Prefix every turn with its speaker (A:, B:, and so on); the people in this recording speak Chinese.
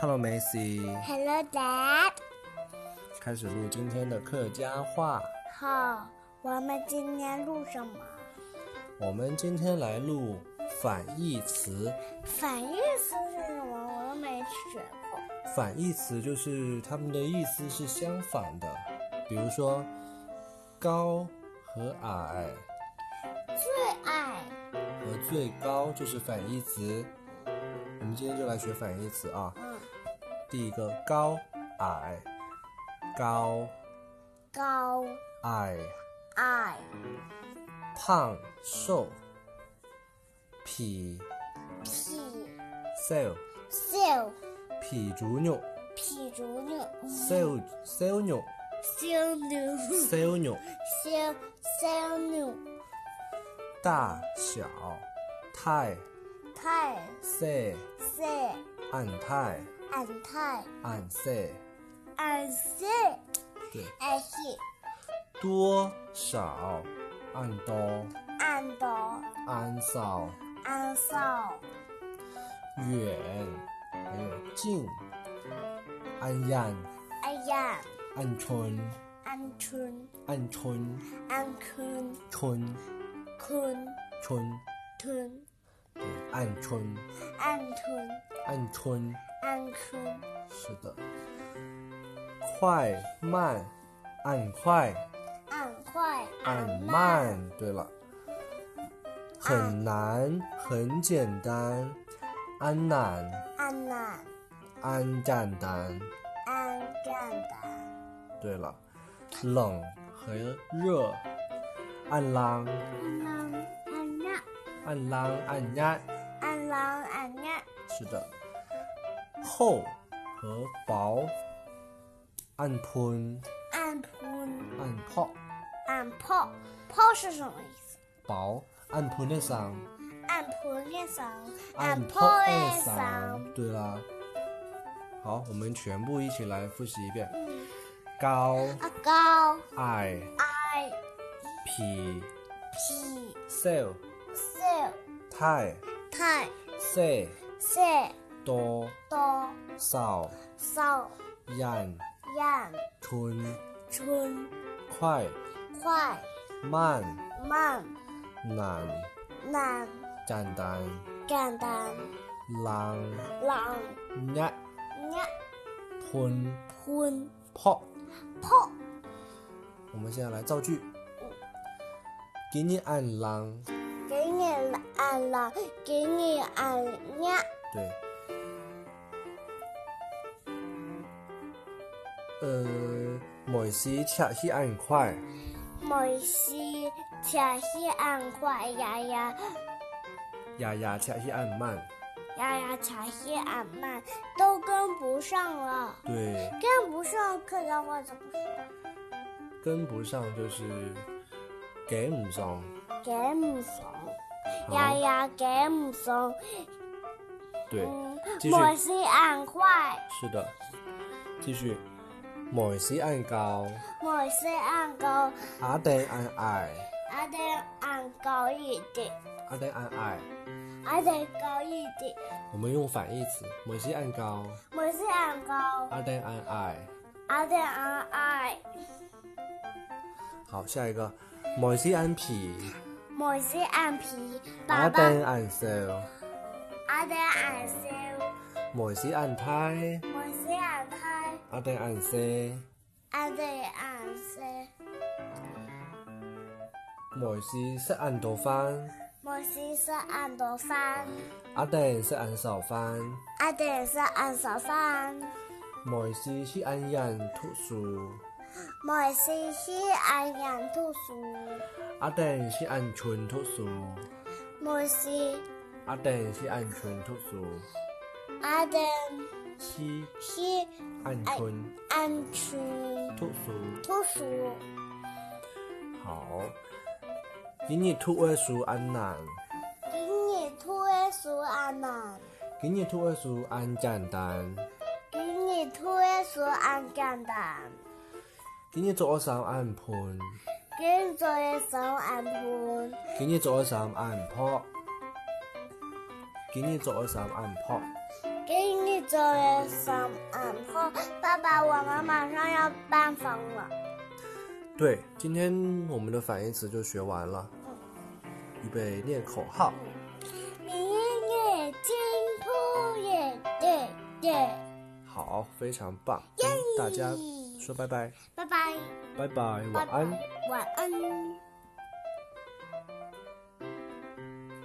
A: Hello, Macy，
B: Hello, Dad。
A: 开始录今天的客家话。
B: 好，我们今天录什么？
A: 我们今天来录反义词。
B: 反义词是什么？我都没学过。
A: 反义词就是它们的意思是相反的，比如说高和矮
B: 最矮
A: 和最高就是反义词。我们今天就来学反义词啊。
B: 嗯
A: 第一个高矮，高
B: 高
A: 矮
B: 矮
A: 胖瘦，痞
B: 痞
A: sell
B: 瘦
A: 痞猪肉
B: 痞竹牛
A: sell sell 肉
B: 小牛
A: sell 肉，
B: 小小牛
A: 大小太
B: 太
A: say
B: 岁
A: 按太
B: 俺太
A: 按 say
B: 俺岁
A: 对
B: 俺岁
A: 多少按多
B: 俺多
A: 按少
B: 俺少
A: 远还有近按样
B: 俺样
A: 按春
B: 俺春
A: 按春
B: 俺坤
A: 春
B: 坤
A: 春
B: 吞
A: 对按春
B: 俺吞
A: 按春
B: 俺坤
A: 是的，快慢按快。
B: 俺快
A: 按慢。对了，很难，很简单，安难，
B: 俺懒
A: 安简单。
B: 俺干的
A: 对了，冷和热，按浪，
B: 俺懒俺懒
A: 按浪，按压。
B: 俺懒俺懒
A: 是的，厚和薄，按喷，
B: 俺喷
A: 按泡，
B: 俺泡泡是什么意思？
A: 薄，按喷的上，
B: 俺喷的嗓，
A: 按
B: 泡
A: 泡的
B: 的嗓
A: 上。。对啦。好，我们全部一起来复习一遍。
B: 嗯，
A: 高
B: 啊高
A: 矮
B: 矮
A: 痞
B: 痞
A: sell
B: 瘦
A: 太
B: 太
A: say
B: 瘦
A: 多
B: 多
A: 少
B: 少
A: 样
B: 样
A: 春
B: 春
A: 快
B: 快
A: 慢
B: 慢
A: 难
B: 难
A: 简单
B: 简单
A: 浪
B: 浪
A: 一
B: 压
A: 吞
B: 喷
A: 泡。
B: 泡。
A: 我们现在来造句。给你按浪，
B: 给你按了，给你按呀，
A: 对。呃，每时吃去按快，
B: 没事，吃起按快呀呀
A: 呀呀吃去按慢，
B: 呀呀，吃起按慢，都跟不上了，
A: 对。
B: 跟不上客家话怎么说？
A: 跟不上就是赶唔上，
B: 赶不上，
A: 好
B: 呀呀赶不上，
A: 对，
B: 嗯
A: 继，续
B: 没事按快，
A: 是的，继续。每时按高，
B: 没事按高，
A: 阿定按矮，
B: 还得按高一点，
A: 阿定按矮。
B: 还得高一点，
A: 我们用反义词，每时按高，
B: 没事按高，
A: 阿定按矮。
B: 还得按矮。
A: 好，下一个，每时按皮，
B: 每次按皮，
A: 阿
B: 爸爸
A: 定按瘦，
B: 阿爹按烧，
A: 每时按胎，
B: 每次按胎，
A: 阿定按西，
B: 阿爹按烧，
A: 每时识按倒翻，
B: 每次是按多饭，
A: 阿定识按手翻，
B: 阿爹是按少饭，
A: 每时去按人读书，
B: 每次是按人读书，
A: 阿定去按全读书。
B: 每次
A: 阿定是按春读书，
B: 阿爹
A: 七
B: 是
A: 按春
B: 按去
A: 读书。
B: 读书，
A: 好，今日读的书按难，
B: 今日读的书按难，
A: 今日读的书按简单，
B: 今日读的书按简单，
A: 今日做三按判，
B: 今日做的手按盘。
A: 今日做三按破，今日做三按破。
B: 给你做了上暗号，爸爸，我们马上要搬房了。
A: 对，今天我们的反义词就学完了，预备念口号。
B: 明夜金铺也对对，
A: 好，非常棒，跟大家说拜拜，
B: 拜拜，
A: 拜拜，
B: 拜
A: 晚
B: 拜
A: 安。，
B: 晚安。